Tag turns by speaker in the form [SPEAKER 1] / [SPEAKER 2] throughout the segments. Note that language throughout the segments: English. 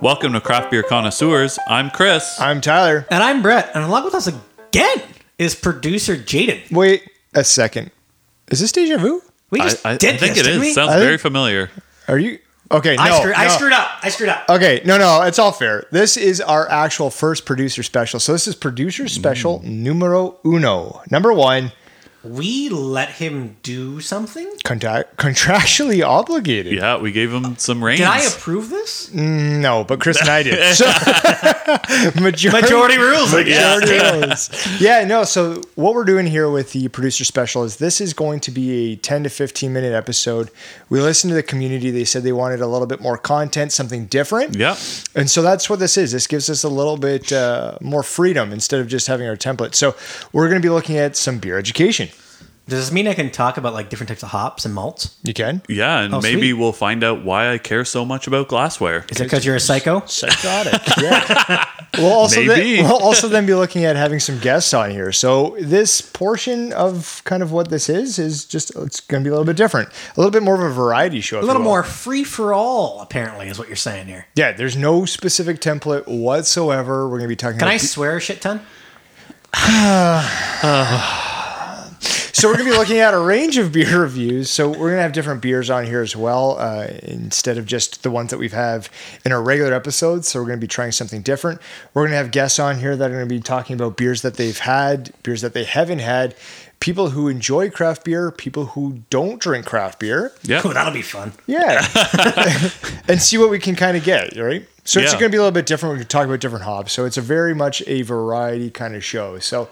[SPEAKER 1] Welcome to Craft Beer Connoisseurs. I'm Chris.
[SPEAKER 2] I'm Tyler.
[SPEAKER 3] And I'm Brett, and along with us again is producer Jaden.
[SPEAKER 2] Wait a second. Is this deja vu?
[SPEAKER 3] We
[SPEAKER 1] I,
[SPEAKER 3] just
[SPEAKER 1] I- I
[SPEAKER 3] did
[SPEAKER 1] think
[SPEAKER 3] this,
[SPEAKER 1] it
[SPEAKER 3] didn't
[SPEAKER 1] is.
[SPEAKER 3] we?
[SPEAKER 1] Sounds
[SPEAKER 2] I think-
[SPEAKER 1] very familiar.
[SPEAKER 2] Are you okay? No,
[SPEAKER 3] I, screwed, I
[SPEAKER 2] no.
[SPEAKER 3] screwed up. I screwed up.
[SPEAKER 2] Okay, no, no, it's all fair. This is our actual first producer special. So this is producer special
[SPEAKER 3] Mm.
[SPEAKER 2] numero uno, number one,
[SPEAKER 3] We let him do something.
[SPEAKER 2] contra- contractually obligated.
[SPEAKER 1] Yeah, we gave him some reins.
[SPEAKER 3] Did I approve this?
[SPEAKER 2] No, but Chris and I did. So, majority,
[SPEAKER 3] Majority rules.
[SPEAKER 2] Yeah. yeah, no. So what we're doing here with the producer special is this is going to be a 10 to 15 minute episode. We listened to the community. They said they wanted a little bit more content, something different.
[SPEAKER 1] yeah.
[SPEAKER 2] And so that's what this is. This gives us a little bit uh, more freedom instead of just having our template. So we're going to be looking at some beer education.
[SPEAKER 3] Does this mean I can talk about like different types of hops and malts?
[SPEAKER 2] You can.
[SPEAKER 1] Yeah, and
[SPEAKER 3] Oh,
[SPEAKER 1] maybe
[SPEAKER 3] sweet.
[SPEAKER 1] we'll find out why I care so much about glassware.
[SPEAKER 3] Is it because you're a psycho?
[SPEAKER 2] Psychotic. yeah. We'll also,
[SPEAKER 1] Maybe.
[SPEAKER 2] then, we'll also then be looking at having some guests on here. So this portion of kind of what this is is just it's going to be a little bit different, a little bit more of a variety show.
[SPEAKER 3] A little more free for all, apparently, is what you're saying here.
[SPEAKER 2] Yeah, there's no specific template whatsoever. We're going to be talking.
[SPEAKER 3] Can
[SPEAKER 2] about
[SPEAKER 3] I swear a shit ton?
[SPEAKER 2] so we're going to be looking at a range of beer reviews. So we're going to have different beers on here as well, uh, instead of just the ones that we've have in our regular episodes. So we're going to be trying something different. We're going to have guests on here that are going to be talking about beers that they've had, beers that they haven't had, people who enjoy craft beer, people who don't drink craft beer.
[SPEAKER 1] Yeah.
[SPEAKER 3] Oh, that'll be fun.
[SPEAKER 2] Yeah, and see what we can kind of get right. So it's
[SPEAKER 1] Yeah.
[SPEAKER 2] going to be a little bit different. We can talk about different hops. So it's a very much a variety kind of show. So.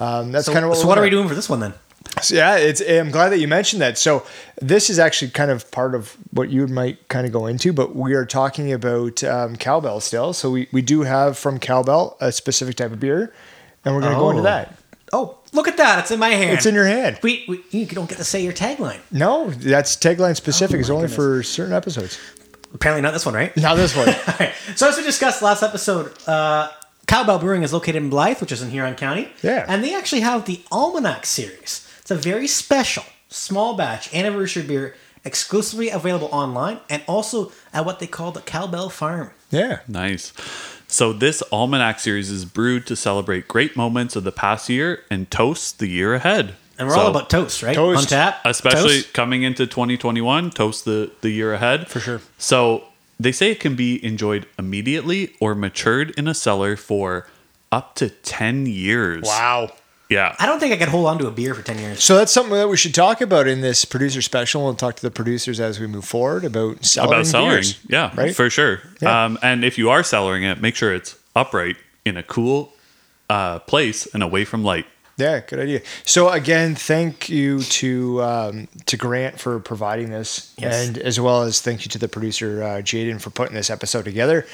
[SPEAKER 2] Um, that's
[SPEAKER 3] So,
[SPEAKER 2] kind of what
[SPEAKER 3] so
[SPEAKER 2] we're
[SPEAKER 3] what are
[SPEAKER 2] looking
[SPEAKER 3] we
[SPEAKER 2] at.
[SPEAKER 3] doing for this one then?
[SPEAKER 2] So, yeah, it's. eh, I'm glad that you mentioned that. So this is actually kind of part of what you might kind of go into, but we are talking about um, cowbell still. So we we do have from cowbell a specific type of beer, and we're going to go into
[SPEAKER 3] Oh.
[SPEAKER 2] that.
[SPEAKER 3] Oh, look at that. It's in my hand.
[SPEAKER 2] It's in your hand.
[SPEAKER 3] We, we, you don't get to say your tagline.
[SPEAKER 2] No, that's tagline specific. it's only for certain episodes.
[SPEAKER 3] Apparently not this one, right?
[SPEAKER 2] Now this one.
[SPEAKER 3] Alright, So as we discussed last episode, uh, Cowbell Brewing is located in Blythe, which is in Huron County.
[SPEAKER 2] Yeah.
[SPEAKER 3] And they actually have the Almanac series. It's a very special small batch anniversary beer exclusively available online and also at what they call the Cowbell Farm.
[SPEAKER 2] yeah.
[SPEAKER 1] Nice. So this almanac series is brewed to celebrate great moments of the past year and toast the year ahead.
[SPEAKER 3] And we're
[SPEAKER 1] So,
[SPEAKER 3] all about toast, right?
[SPEAKER 2] Toast.
[SPEAKER 3] On tap.
[SPEAKER 1] especially
[SPEAKER 3] Toast.
[SPEAKER 1] coming into 2021, toast the the year ahead. For
[SPEAKER 2] sure.
[SPEAKER 1] So, they say it can be enjoyed immediately or matured in a cellar for up to 10 years.
[SPEAKER 2] Wow.
[SPEAKER 1] Yeah.
[SPEAKER 3] I don't think I could hold on to a beer for 10 years.
[SPEAKER 2] So that's something that we should talk about in this producer special. We'll talk to the producers as we move forward about selling.
[SPEAKER 1] about cellaring.
[SPEAKER 2] beers.
[SPEAKER 1] Yeah,
[SPEAKER 2] right?
[SPEAKER 1] for sure.
[SPEAKER 2] Yeah.
[SPEAKER 1] Um, and if you are cellaring it, make sure it's upright in a cool uh, place and away from light.
[SPEAKER 2] Yeah, good idea. So again, thank you to um, to Grant for providing this,
[SPEAKER 3] Yes.
[SPEAKER 2] and as well as thank you to the producer uh, Jaden for putting this episode together.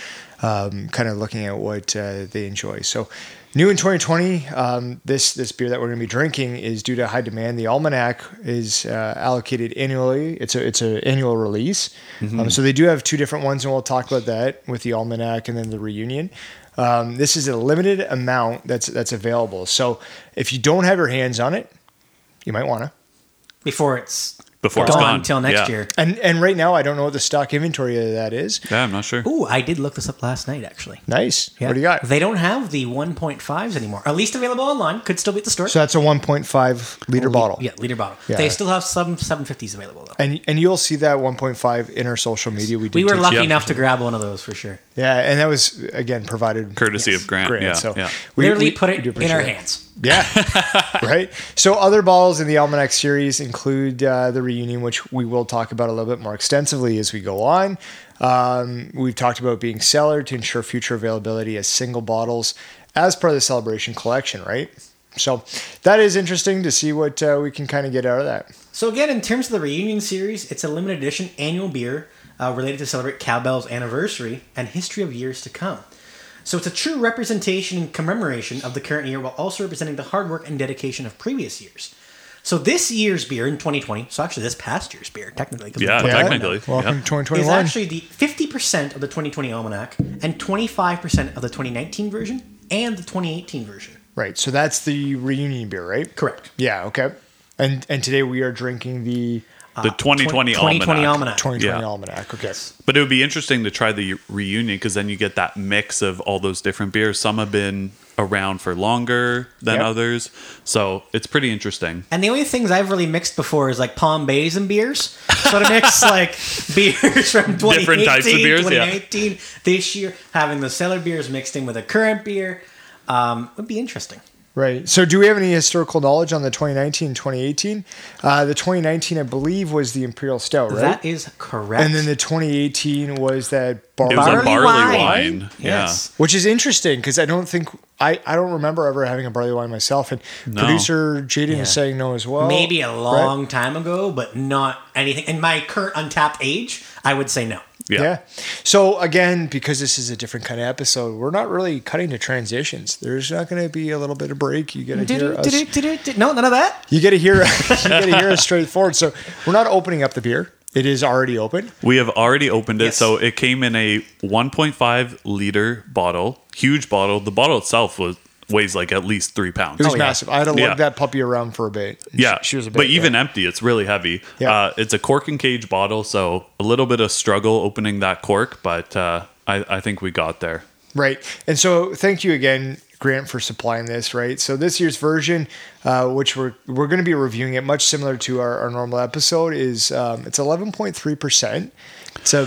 [SPEAKER 2] Um, kind of looking at what uh, they enjoy. So new in 2020, um, this this beer that we're going to be drinking is due to high demand. The Almanac is uh, allocated annually. It's a it's an annual release. Um, so they do have two different ones, and we'll talk about that with the Almanac and then the reunion. Um, this is a limited amount that's that's available. So if you don't have your hands on it, you might want to.
[SPEAKER 3] Before it's
[SPEAKER 1] Before it's
[SPEAKER 3] gone,
[SPEAKER 1] gone.
[SPEAKER 3] until next
[SPEAKER 1] Yeah.
[SPEAKER 3] year.
[SPEAKER 2] And and right now, I don't know what the stock inventory of that is.
[SPEAKER 1] Yeah, I'm not sure.
[SPEAKER 3] Ooh, I did look this up last night actually.
[SPEAKER 2] Nice.
[SPEAKER 3] Yeah.
[SPEAKER 2] What do you got?
[SPEAKER 3] They don't have the 1.5s anymore. At least available online. Could still be at the store.
[SPEAKER 2] So that's a 1.5 liter bottle.
[SPEAKER 3] Yeah, liter bottle.
[SPEAKER 2] Yeah.
[SPEAKER 3] They still have some 750s available though.
[SPEAKER 2] And and you'll see that 1.5 in our social media. We did
[SPEAKER 3] We were
[SPEAKER 2] take-
[SPEAKER 3] lucky
[SPEAKER 1] Yeah.
[SPEAKER 3] enough to grab one of those for sure.
[SPEAKER 2] Yeah, and that was again provided
[SPEAKER 1] Courtesy of Grant, yeah, yeah.
[SPEAKER 2] we-
[SPEAKER 3] Literally
[SPEAKER 2] we-
[SPEAKER 3] put
[SPEAKER 2] we
[SPEAKER 3] it
[SPEAKER 2] do
[SPEAKER 3] in our
[SPEAKER 2] appreciate it.
[SPEAKER 3] hands.
[SPEAKER 2] Yeah, right. So other bottles in the Almanac series include uh, the reunion, which we will talk about a little bit more extensively as we go on. Um, we've talked about being cellar to ensure future availability as single bottles as part of the celebration collection, right? So that is interesting to see what uh, we can kind of get out of that.
[SPEAKER 3] So again, in terms of the reunion series, it's a limited edition annual beer uh, related to celebrate Cowbell's anniversary and history of years to come. So it's a true representation and commemoration of the current year while also representing the hard work and dedication of previous years. So this year's beer in 2020, so actually this past year's bear technically, 'cause we
[SPEAKER 1] Yeah,
[SPEAKER 3] put it
[SPEAKER 1] Yeah.
[SPEAKER 3] out now.
[SPEAKER 1] technically.
[SPEAKER 2] welcome
[SPEAKER 1] yeah.
[SPEAKER 2] to
[SPEAKER 3] is
[SPEAKER 2] 2021.
[SPEAKER 3] actually the 50% of the 2020 almanac and 25% of the 2019 version and the 2018 version.
[SPEAKER 2] right. So that's the reunion beer, right?
[SPEAKER 3] Correct.
[SPEAKER 2] Yeah. Okay. And and today we are drinking the
[SPEAKER 1] the 2020,
[SPEAKER 3] 2020
[SPEAKER 1] almanac.
[SPEAKER 3] almanac.
[SPEAKER 2] 2020
[SPEAKER 1] Uh, Yeah.
[SPEAKER 2] Almanac. Okay.
[SPEAKER 1] But it would be interesting to try the reunion because then you get that mix of all those different beers. Some have been around for longer than
[SPEAKER 2] Yep.
[SPEAKER 1] others, so it's pretty interesting.
[SPEAKER 3] And the only things I've really mixed before is like palm bays and beers. So to mix like beers from 2018,
[SPEAKER 1] types of beers, yeah.
[SPEAKER 3] 2019 this year, having the cellar beers mixed in with a current beer um, would be interesting.
[SPEAKER 2] Right. So, do we have any historical knowledge on the 2019, 2018? Uh, the 2019, I believe, was the Imperial Stout, right?
[SPEAKER 3] That is correct.
[SPEAKER 2] and then the 2018 was that bar-
[SPEAKER 1] It was a
[SPEAKER 3] Barley
[SPEAKER 1] barley
[SPEAKER 3] wine.
[SPEAKER 1] wine. Yeah.
[SPEAKER 3] Yes.
[SPEAKER 2] which is interesting because I don't think I, I don't remember ever having a barley wine myself. And producer Jaden
[SPEAKER 3] Yeah.
[SPEAKER 2] is saying no as well.
[SPEAKER 3] Maybe a
[SPEAKER 2] Oh, right?
[SPEAKER 3] long time ago, but not anything. In my current untapped age, I would say no.
[SPEAKER 1] Yeah.
[SPEAKER 2] Yeah. So again, because this is a different kind of episode, we're not really cutting to transitions. There's not going to be a little bit of break. You got to hear us.
[SPEAKER 3] No, none of that.
[SPEAKER 2] You got to hear. you got to hear us straightforward. So we're not opening up the beer. It is already open.
[SPEAKER 1] We have already opened it.
[SPEAKER 3] Yes.
[SPEAKER 1] So it came in a 1.5 liter bottle, huge bottle. The bottle itself was weighs like at least three pounds.
[SPEAKER 2] It was
[SPEAKER 3] Oh, yeah.
[SPEAKER 2] massive. I had to lug
[SPEAKER 1] Oh, Yeah.
[SPEAKER 2] that puppy around for a bit. She-
[SPEAKER 1] yeah,
[SPEAKER 2] she was a bit.
[SPEAKER 1] but even
[SPEAKER 2] yeah.
[SPEAKER 1] empty, it's really heavy.
[SPEAKER 2] Yeah.
[SPEAKER 1] Uh, it's a cork and cage bottle, so a little bit of struggle opening that cork, but uh, I, I think we got there.
[SPEAKER 2] right. And so, thank you again, Grant, for supplying this. Right. So this year's version, uh, which we're we're going to be reviewing it, much similar to our, our normal episode, is um, it's eleven point three percent. It's a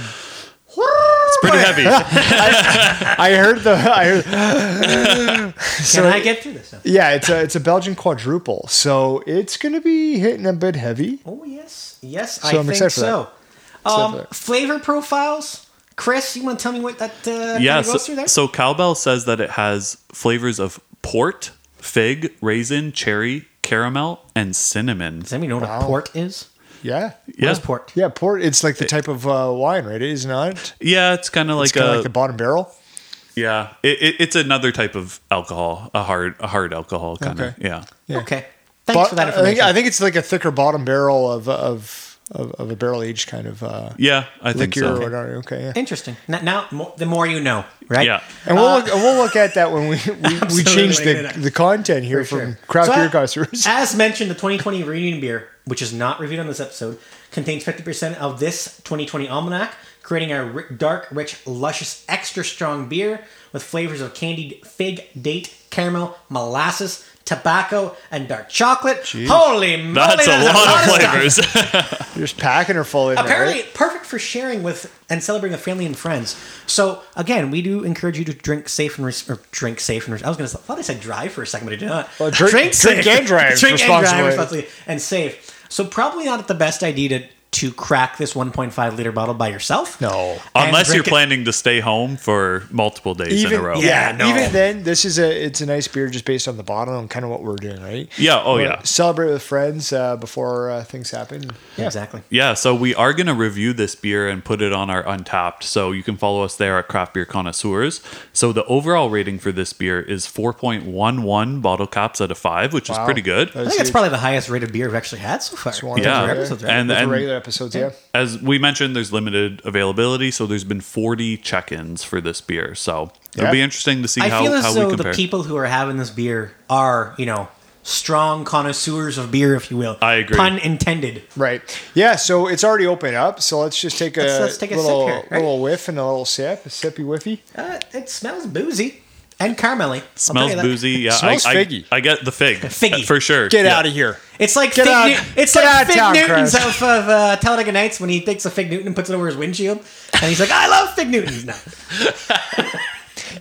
[SPEAKER 1] It's pretty heavy.
[SPEAKER 2] I heard the. I heard,
[SPEAKER 3] Can I get through this?
[SPEAKER 2] yeah, it's a it's a Belgian quadruple, so it's gonna be hitting a bit heavy.
[SPEAKER 3] Oh yes, yes, I
[SPEAKER 2] I'm
[SPEAKER 3] think
[SPEAKER 2] excited for that.
[SPEAKER 3] so.
[SPEAKER 2] for
[SPEAKER 3] Um,
[SPEAKER 2] that.
[SPEAKER 3] flavor profiles, Chris. You want to tell me what that uh,
[SPEAKER 1] yeah.
[SPEAKER 3] kinda goes
[SPEAKER 1] So,
[SPEAKER 3] through there?
[SPEAKER 1] so cowbell says that it has flavors of port, fig, raisin, cherry, caramel, and cinnamon.
[SPEAKER 3] Does anybody know what a port is?
[SPEAKER 2] Yeah,
[SPEAKER 1] Yeah,
[SPEAKER 3] What is port?
[SPEAKER 2] yeah. Port. It's like the type of uh, wine, right? It is not.
[SPEAKER 1] yeah. It's kind of
[SPEAKER 2] It's
[SPEAKER 1] like
[SPEAKER 2] kind
[SPEAKER 1] a
[SPEAKER 2] of like the bottom barrel.
[SPEAKER 1] Yeah, it, it, it's another type of alcohol, a hard a hard alcohol kind of.
[SPEAKER 2] Okay.
[SPEAKER 1] Yeah,
[SPEAKER 2] Yeah.
[SPEAKER 3] Okay, thanks
[SPEAKER 2] Bo-
[SPEAKER 3] for that
[SPEAKER 2] I think,
[SPEAKER 3] information.
[SPEAKER 2] I think it's like a thicker bottom barrel of of of, of a barrel aged kind of uh,
[SPEAKER 1] yeah, I think
[SPEAKER 2] liquor or
[SPEAKER 1] so.
[SPEAKER 2] whatever. Okay. Yeah.
[SPEAKER 3] Interesting. Now, now mo- the more you know, right?
[SPEAKER 1] Yeah,
[SPEAKER 2] And we'll look, we'll look at that when we we, we
[SPEAKER 3] Uh, Absolutely.
[SPEAKER 2] change the, the content here
[SPEAKER 3] For
[SPEAKER 2] from
[SPEAKER 3] sure.
[SPEAKER 2] craft
[SPEAKER 3] So,
[SPEAKER 2] beer
[SPEAKER 3] uh,
[SPEAKER 2] customers.
[SPEAKER 3] As mentioned, the 2020 reunion beer, which is not reviewed on this episode, contains 50% of this 2020 almanac, creating a ri- dark, rich, luscious, extra strong beer with flavors of candied fig, date, caramel, molasses, tobacco, and dark chocolate. Holy moly!
[SPEAKER 1] that's a lot of
[SPEAKER 3] stuff.
[SPEAKER 1] flavors.
[SPEAKER 2] You're just packing her full in there.
[SPEAKER 3] Apparently,
[SPEAKER 2] right?
[SPEAKER 3] perfect for sharing with and celebrating with family and friends. So, again, we do encourage you to drink safe and res- or drink safe and. Res- I was going to. I thought I said drive for a second, but I did not.
[SPEAKER 2] Well, drink- drink and drive
[SPEAKER 3] drink and drive
[SPEAKER 2] responsibly.
[SPEAKER 3] responsibly and safe. So, probably not the best idea to to crack this 1.5 liter bottle by yourself.
[SPEAKER 2] No.
[SPEAKER 3] And
[SPEAKER 1] Unless you're
[SPEAKER 3] drink it-
[SPEAKER 1] planning to stay home for multiple days in a row.
[SPEAKER 3] yeah. no.
[SPEAKER 2] Even then, this is a it's a nice beer just based on the bottle and kind of what we're doing, right?
[SPEAKER 1] Yeah, oh,
[SPEAKER 2] We're
[SPEAKER 1] yeah.
[SPEAKER 2] Celebrate with friends uh, before uh, things happen. Yeah.
[SPEAKER 3] Exactly.
[SPEAKER 1] Yeah, so we are going to review this beer and put it on our Untapped. So you can follow us there at Craft Beer Connoisseurs. So the overall rating for this beer is 4.11 bottle caps out of 5, which is
[SPEAKER 2] Wow.
[SPEAKER 1] pretty good.
[SPEAKER 2] That
[SPEAKER 3] I
[SPEAKER 2] is
[SPEAKER 3] think it's
[SPEAKER 2] huge.
[SPEAKER 3] probably the highest rated beer we've actually had so far.
[SPEAKER 2] one of
[SPEAKER 1] Yeah.
[SPEAKER 2] the-
[SPEAKER 3] Episodes, right?
[SPEAKER 1] And
[SPEAKER 2] Those are
[SPEAKER 1] and
[SPEAKER 2] regular episodes, yeah.
[SPEAKER 1] as we mentioned, there's limited availability, so there's been 40 check-ins for this beer. So it'll
[SPEAKER 2] Yeah.
[SPEAKER 1] be interesting to see
[SPEAKER 3] I
[SPEAKER 1] how,
[SPEAKER 3] feel as
[SPEAKER 1] how
[SPEAKER 3] though
[SPEAKER 1] we compare.
[SPEAKER 3] the people who are having this beer are, you know, strong connoisseurs of beer, if you will.
[SPEAKER 1] I agree.
[SPEAKER 3] Pun intended.
[SPEAKER 2] Right. Yeah. So it's already open up. So let's just take a,
[SPEAKER 3] Let's- let's take a sip
[SPEAKER 2] little,
[SPEAKER 3] here, right?
[SPEAKER 2] little whiff and a little sip, a sippy whiffy.
[SPEAKER 3] Uh, it smells boozy and caramelly. I'll tell
[SPEAKER 1] Smells
[SPEAKER 3] you that.
[SPEAKER 1] boozy. Yeah,
[SPEAKER 2] Smells
[SPEAKER 1] I, I,
[SPEAKER 2] figgy.
[SPEAKER 1] I get the fig.
[SPEAKER 3] Figgy.
[SPEAKER 1] for sure.
[SPEAKER 2] Get
[SPEAKER 1] Yeah.
[SPEAKER 2] out of here.
[SPEAKER 3] It's like
[SPEAKER 2] Get
[SPEAKER 3] Fig
[SPEAKER 2] out-
[SPEAKER 3] Nu- it's
[SPEAKER 2] get out
[SPEAKER 3] like
[SPEAKER 2] of
[SPEAKER 3] Fig
[SPEAKER 2] town,
[SPEAKER 3] Newton's
[SPEAKER 2] Chris.
[SPEAKER 3] off of uh, Talladega Nights when he takes a Fig Newton and puts it over his windshield, and he's like, "I love Fig Newtons." No,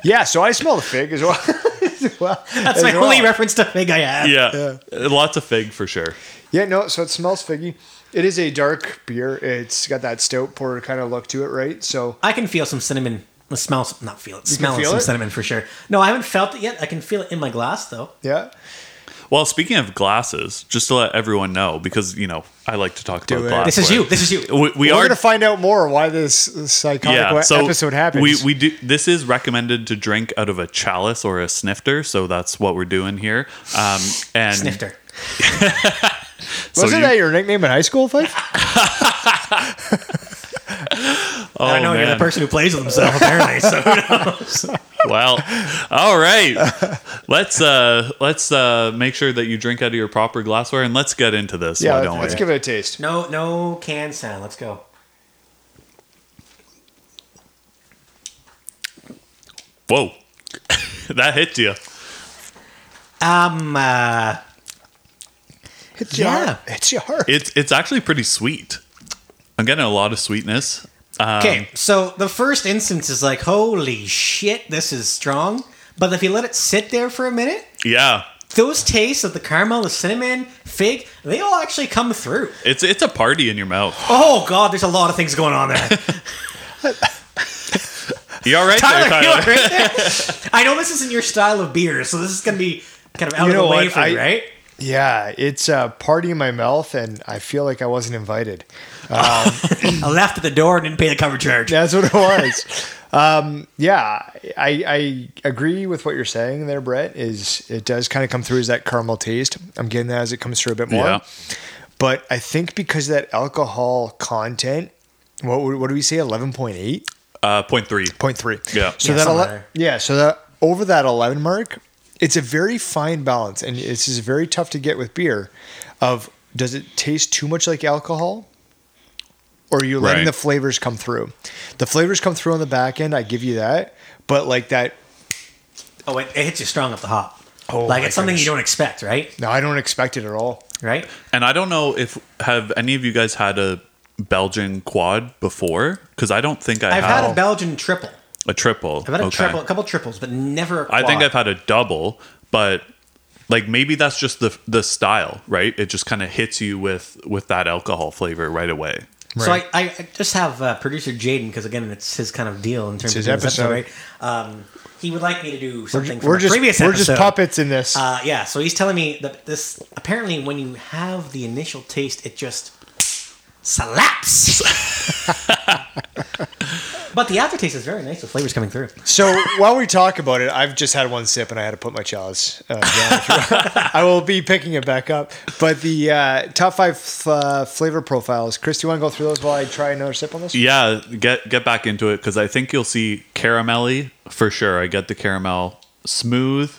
[SPEAKER 2] Yeah. So I smell the fig as well. as well-
[SPEAKER 3] that's
[SPEAKER 2] as
[SPEAKER 3] my
[SPEAKER 2] well.
[SPEAKER 3] only reference to Fig I have.
[SPEAKER 1] Yeah. lots of fig for sure.
[SPEAKER 2] Yeah, no, so it smells figgy. It is a dark beer. It's got that stout porter kind of look to it, right? So
[SPEAKER 3] I can feel some cinnamon. The smell, not feel it. Smell
[SPEAKER 2] feel
[SPEAKER 3] some
[SPEAKER 2] it?
[SPEAKER 3] cinnamon for sure. No, I haven't felt it yet. I can feel it in my glass though.
[SPEAKER 2] yeah.
[SPEAKER 1] Well, speaking of glasses, just to let everyone know, because you know I like to talk about
[SPEAKER 2] it.
[SPEAKER 1] glasses.
[SPEAKER 3] This is you. This is you.
[SPEAKER 1] We, we
[SPEAKER 2] We're
[SPEAKER 1] are
[SPEAKER 2] gonna find out more why this psychotic
[SPEAKER 1] yeah. So
[SPEAKER 2] episode happens.
[SPEAKER 1] We we do. This is recommended to drink out of a chalice or a snifter. So that's what we're doing here. Um, and
[SPEAKER 3] Snifter.
[SPEAKER 1] so
[SPEAKER 2] Wasn't
[SPEAKER 1] you-
[SPEAKER 2] that your nickname in high school, Fife?
[SPEAKER 1] Oh,
[SPEAKER 3] I don't know. You're
[SPEAKER 1] man. Oh,
[SPEAKER 3] the person who plays with himself apparently. So who knows?
[SPEAKER 1] Well, all right. Let's uh let's uh make sure that you drink out of your proper glassware and let's get into this.
[SPEAKER 2] Yeah,
[SPEAKER 1] why
[SPEAKER 2] let's,
[SPEAKER 1] don't
[SPEAKER 2] let's
[SPEAKER 1] we?
[SPEAKER 2] give it a taste.
[SPEAKER 3] No, no can sound. Let's go.
[SPEAKER 1] Whoa. that hit you.
[SPEAKER 3] Um, uh,
[SPEAKER 2] It's
[SPEAKER 3] Yeah.
[SPEAKER 2] your It's your heart.
[SPEAKER 1] It's it's actually pretty sweet. I'm getting a lot of sweetness.
[SPEAKER 3] okay.
[SPEAKER 2] Um,
[SPEAKER 3] so the first instance is like, holy shit, this is strong. But if you let it sit there for a minute,
[SPEAKER 1] Yeah.
[SPEAKER 3] those tastes of the caramel, the cinnamon, fig, they all actually come through.
[SPEAKER 1] It's it's a party in your mouth.
[SPEAKER 3] Oh God, there's a lot of things going on there.
[SPEAKER 1] You all right
[SPEAKER 3] Tyler,
[SPEAKER 1] there, Tyler?
[SPEAKER 3] you all right there? I know this isn't your style of beer, so this is gonna be kind of out
[SPEAKER 2] You
[SPEAKER 3] of
[SPEAKER 2] know
[SPEAKER 3] the way
[SPEAKER 2] what?
[SPEAKER 3] for you,
[SPEAKER 2] I-
[SPEAKER 3] right?
[SPEAKER 2] yeah, it's a party in my mouth, and I feel like I wasn't invited.
[SPEAKER 3] I left at the door and didn't pay the cover charge.
[SPEAKER 2] That's what it was. um, yeah, I, I agree with what you're saying there, Brett. Is it does kind of come through as that caramel taste? I'm getting that as it comes through a bit more.
[SPEAKER 1] Yeah.
[SPEAKER 2] But I think because of that alcohol content, what would- what do we say? Eleven point eight.
[SPEAKER 1] Uh point three.
[SPEAKER 2] Point three.
[SPEAKER 1] Yeah.
[SPEAKER 2] So
[SPEAKER 3] Yeah,
[SPEAKER 2] that
[SPEAKER 3] somewhere
[SPEAKER 2] ele-
[SPEAKER 3] there.
[SPEAKER 2] yeah. So that over that eleven mark, it's a very fine balance, and this is very tough to get with beer. Of does it taste too much like alcohol, or are you letting
[SPEAKER 1] Right.
[SPEAKER 2] the flavors come through? The flavors come through on the back end. I give you that, but like that.
[SPEAKER 3] Oh, it, it hits you strong up the hop.
[SPEAKER 2] Oh,
[SPEAKER 3] like
[SPEAKER 2] my
[SPEAKER 3] it's something
[SPEAKER 2] goodness.
[SPEAKER 3] you don't expect, right?
[SPEAKER 2] No, I don't expect it at all.
[SPEAKER 3] Right?
[SPEAKER 1] And I don't know if have any of you guys had a Belgian quad before? Because I don't think I
[SPEAKER 3] I've
[SPEAKER 1] have
[SPEAKER 3] had a Belgian triple.
[SPEAKER 1] a, triple.
[SPEAKER 3] I've had a
[SPEAKER 1] Okay.
[SPEAKER 3] triple, a couple triples, but never a quad.
[SPEAKER 1] I think I've had a double, but like maybe that's just the the style, right? It just kind of hits you with with that alcohol flavor right away.
[SPEAKER 3] So I,
[SPEAKER 2] Right.
[SPEAKER 3] I I just have uh, producer Jaden because again it's his kind of deal in terms
[SPEAKER 2] his
[SPEAKER 3] of doing this
[SPEAKER 2] episode.
[SPEAKER 3] right? Um, he would like me to do
[SPEAKER 2] We're,
[SPEAKER 3] something
[SPEAKER 2] ju-
[SPEAKER 3] from
[SPEAKER 2] we're
[SPEAKER 3] a
[SPEAKER 2] just
[SPEAKER 3] previous
[SPEAKER 2] we're
[SPEAKER 3] episode.
[SPEAKER 2] just puppets in this.
[SPEAKER 3] Uh, yeah, so he's telling me that this apparently when you have the initial taste, it just slaps. but the aftertaste is very nice. The flavor's coming through.
[SPEAKER 2] So while we talk about it, I've just had one sip and I had to put my chalice uh, down. I will be picking it back up. But the uh, top five uh, flavor profiles, Chris, do you want to go through those while I try another sip on this?
[SPEAKER 1] Yeah, get get back into it because I think you'll see caramelly for sure. I get the caramel smooth.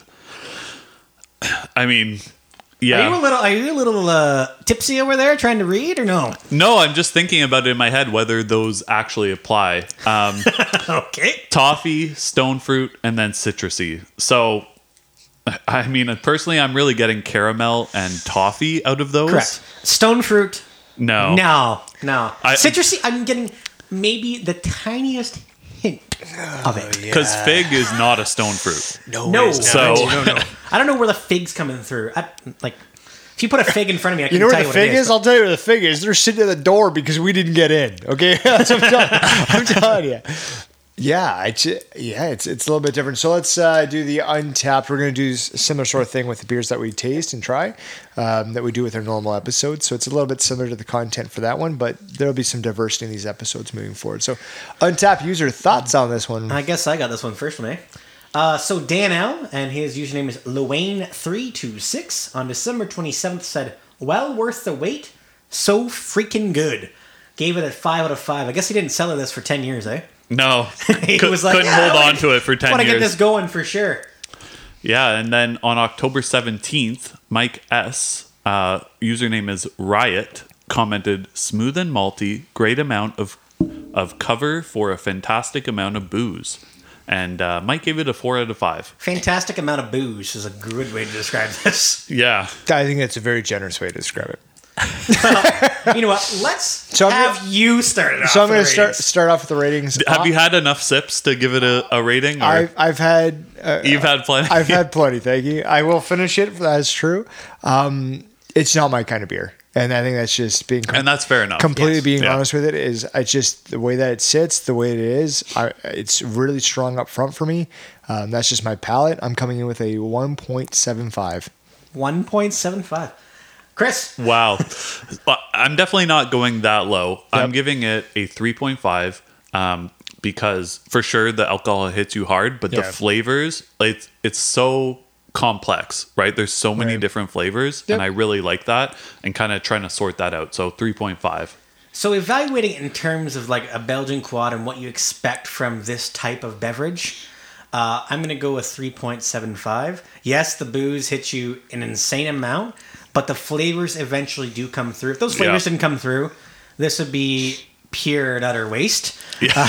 [SPEAKER 1] I mean,
[SPEAKER 3] Are you a
[SPEAKER 1] yeah.
[SPEAKER 3] little? Are you a little uh, tipsy over there trying to read or no?
[SPEAKER 1] No, I'm just thinking about it in my head whether those actually apply. Um,
[SPEAKER 3] Okay.
[SPEAKER 1] toffee, stone fruit, and then citrusy. So, I mean, personally, I'm really getting caramel and toffee out of those.
[SPEAKER 3] Correct. Stone fruit.
[SPEAKER 1] No.
[SPEAKER 3] No, no.
[SPEAKER 1] Oh. I-
[SPEAKER 3] Citrusy. I'm getting maybe the tiniest hint of it.
[SPEAKER 1] Because fig is not a stone fruit.
[SPEAKER 3] No.
[SPEAKER 1] So-
[SPEAKER 2] no, no.
[SPEAKER 3] I don't know where the fig's coming through. I, like, if you put a fig in front of me, I can
[SPEAKER 2] You know
[SPEAKER 3] tell
[SPEAKER 2] where
[SPEAKER 3] you
[SPEAKER 2] the
[SPEAKER 3] what
[SPEAKER 2] fig
[SPEAKER 3] it
[SPEAKER 2] is?
[SPEAKER 3] is.
[SPEAKER 2] I'll tell you where the fig is. They're sitting at the door because we didn't get in. Okay, That's what I'm telling, I'm telling you. Yeah, it's yeah, it's it's a little bit different. So let's uh, do the untapped. We're going to do s- similar sort of thing with the beers that we taste and try um, that we do with our normal episodes. So it's a little bit similar to the content for that one, but there'll be some diversity in these episodes moving forward. So, untapped user thoughts on this one?
[SPEAKER 3] I guess I got this one first one, eh? Uh, so Dan L, and his username is Luane326, on December 27th said, Well worth the wait, so freaking good. Gave it a 5 out of 5. I guess he didn't sell her this for 10 years, eh?
[SPEAKER 1] No.
[SPEAKER 3] He
[SPEAKER 1] Cou-
[SPEAKER 3] was like,
[SPEAKER 1] couldn't
[SPEAKER 3] "Yeah, I
[SPEAKER 1] hold
[SPEAKER 3] wanna
[SPEAKER 1] on to it for 10
[SPEAKER 3] Want to
[SPEAKER 1] years.
[SPEAKER 3] get this going for sure.
[SPEAKER 1] Yeah, and then on October 17th, Mike S, uh, username is Riot, commented smooth and malty, great amount of of cover for a fantastic amount of booze. And uh, Mike gave it a 4 out of 5.
[SPEAKER 3] Fantastic amount of booze is a good way to describe this.
[SPEAKER 1] Yeah.
[SPEAKER 2] I think that's a very generous way to describe it.
[SPEAKER 3] you know what? Let's
[SPEAKER 2] So I'm gonna-
[SPEAKER 3] have you start it off.
[SPEAKER 2] So I'm
[SPEAKER 3] with
[SPEAKER 2] going to
[SPEAKER 3] the
[SPEAKER 2] start
[SPEAKER 3] ratings.
[SPEAKER 2] start off with the ratings.
[SPEAKER 1] Have you had enough sips to give it a, a rating? Or
[SPEAKER 2] I've I've had uh,
[SPEAKER 1] you've had plenty?
[SPEAKER 2] I've had plenty. Thank you. I will finish it. That's true. Um, it's not my kind of beer, and I think that's just being com-
[SPEAKER 1] and that's fair enough.
[SPEAKER 2] completely
[SPEAKER 1] Yes.
[SPEAKER 2] being
[SPEAKER 1] Yeah.
[SPEAKER 2] honest with it. Is I just the way that it sits, the way it is. I, it's really strong up front for me. Um, that's just my palate. I'm coming in with a 1.75.
[SPEAKER 3] 1.75. Chris,
[SPEAKER 1] Wow. But I'm definitely not going that low. I'm giving it a 3.5 um, because for sure the alcohol hits you hard, but the
[SPEAKER 2] Yeah.
[SPEAKER 1] flavors, it's, it's so complex, right? There's so many
[SPEAKER 2] Right.
[SPEAKER 1] different flavors,
[SPEAKER 2] Yep.
[SPEAKER 1] and I really like that and kind of trying to sort that out. So 3.5.
[SPEAKER 3] so evaluating it in terms of like a Belgian quad and what you expect from this type of beverage, Uh, I'm going to go with 3.75. Yes, the booze hits you an insane amount, but the flavors eventually do come through. If those flavors
[SPEAKER 1] Yeah.
[SPEAKER 3] didn't come through, this would be pure and utter waste.
[SPEAKER 1] Yeah.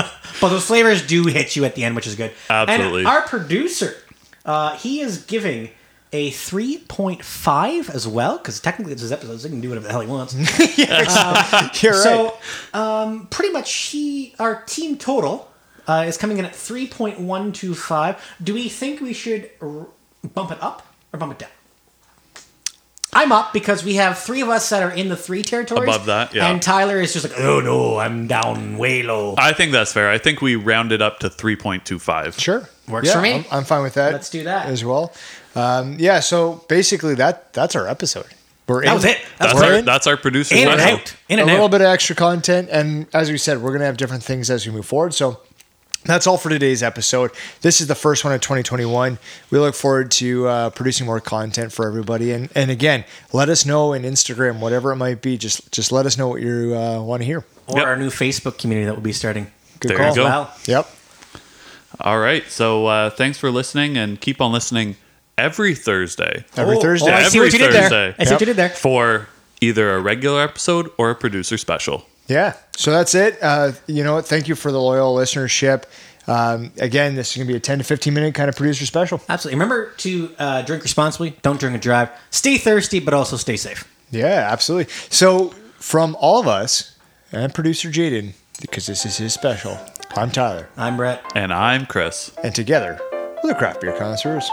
[SPEAKER 3] But those flavors do hit you at the end, which is good.
[SPEAKER 1] Absolutely.
[SPEAKER 3] And our producer, uh, he is giving a 3.5 as well, because technically it's his episode, so he can do whatever the hell he wants.
[SPEAKER 2] You're right.
[SPEAKER 3] So, um, pretty much, he our team total uh, is coming in at three point one two five. Do we think we should r- bump it up or bump it down? I'm up because we have three of us that are in the three territories.
[SPEAKER 1] Above that, yeah. Uh,
[SPEAKER 3] And Tyler is just like, oh no, I'm down way low.
[SPEAKER 1] I think that's fair. I think we rounded up to 3.25.
[SPEAKER 2] Sure.
[SPEAKER 3] Works
[SPEAKER 2] Yeah,
[SPEAKER 3] for me.
[SPEAKER 2] I'm, I'm fine with that.
[SPEAKER 3] Let's do that.
[SPEAKER 2] as well. Um, yeah. So basically, that that's our episode. We're
[SPEAKER 3] That
[SPEAKER 2] in,
[SPEAKER 3] was it. That's
[SPEAKER 1] That's
[SPEAKER 2] we're
[SPEAKER 1] our,
[SPEAKER 2] in
[SPEAKER 1] that's our producer.
[SPEAKER 3] in and
[SPEAKER 1] special.
[SPEAKER 3] out. In
[SPEAKER 2] a
[SPEAKER 3] and
[SPEAKER 2] little
[SPEAKER 3] out.
[SPEAKER 2] bit of extra content, and as we said, we're gonna have different things as we move forward. So. That's all for today's episode. This is the first one of 2021. We look forward to uh, producing more content for everybody. And and again, let us know in Instagram, whatever it might be. Just just let us know what you uh, want to hear.
[SPEAKER 3] Or
[SPEAKER 1] Yep.
[SPEAKER 3] our new Facebook community that we'll be starting.
[SPEAKER 2] Good
[SPEAKER 1] There
[SPEAKER 2] call.
[SPEAKER 1] you go.
[SPEAKER 3] Wow.
[SPEAKER 2] Yep.
[SPEAKER 1] All right. So uh, thanks for listening and keep on listening every Thursday
[SPEAKER 2] Every
[SPEAKER 3] Oh,
[SPEAKER 2] Thursday.
[SPEAKER 3] Oh, I see what
[SPEAKER 1] Every
[SPEAKER 3] you did there.
[SPEAKER 1] Thursday.
[SPEAKER 3] I see what you did there.
[SPEAKER 1] for either a regular episode or a producer special.
[SPEAKER 2] Yeah. So that's it. Uh, you know what? Thank you for the loyal listenership. Um, again, this is going to be a 10 to 15 minute kind of producer special.
[SPEAKER 3] Absolutely. Remember to uh, drink responsibly. Don't drink and drive. Stay thirsty, but also stay safe.
[SPEAKER 2] Yeah, absolutely. So, from all of us and producer Jaden, because this is his special, I'm Tyler.
[SPEAKER 3] I'm Brett.
[SPEAKER 1] And I'm Chris.
[SPEAKER 2] And together, we're the craft beer connoisseurs.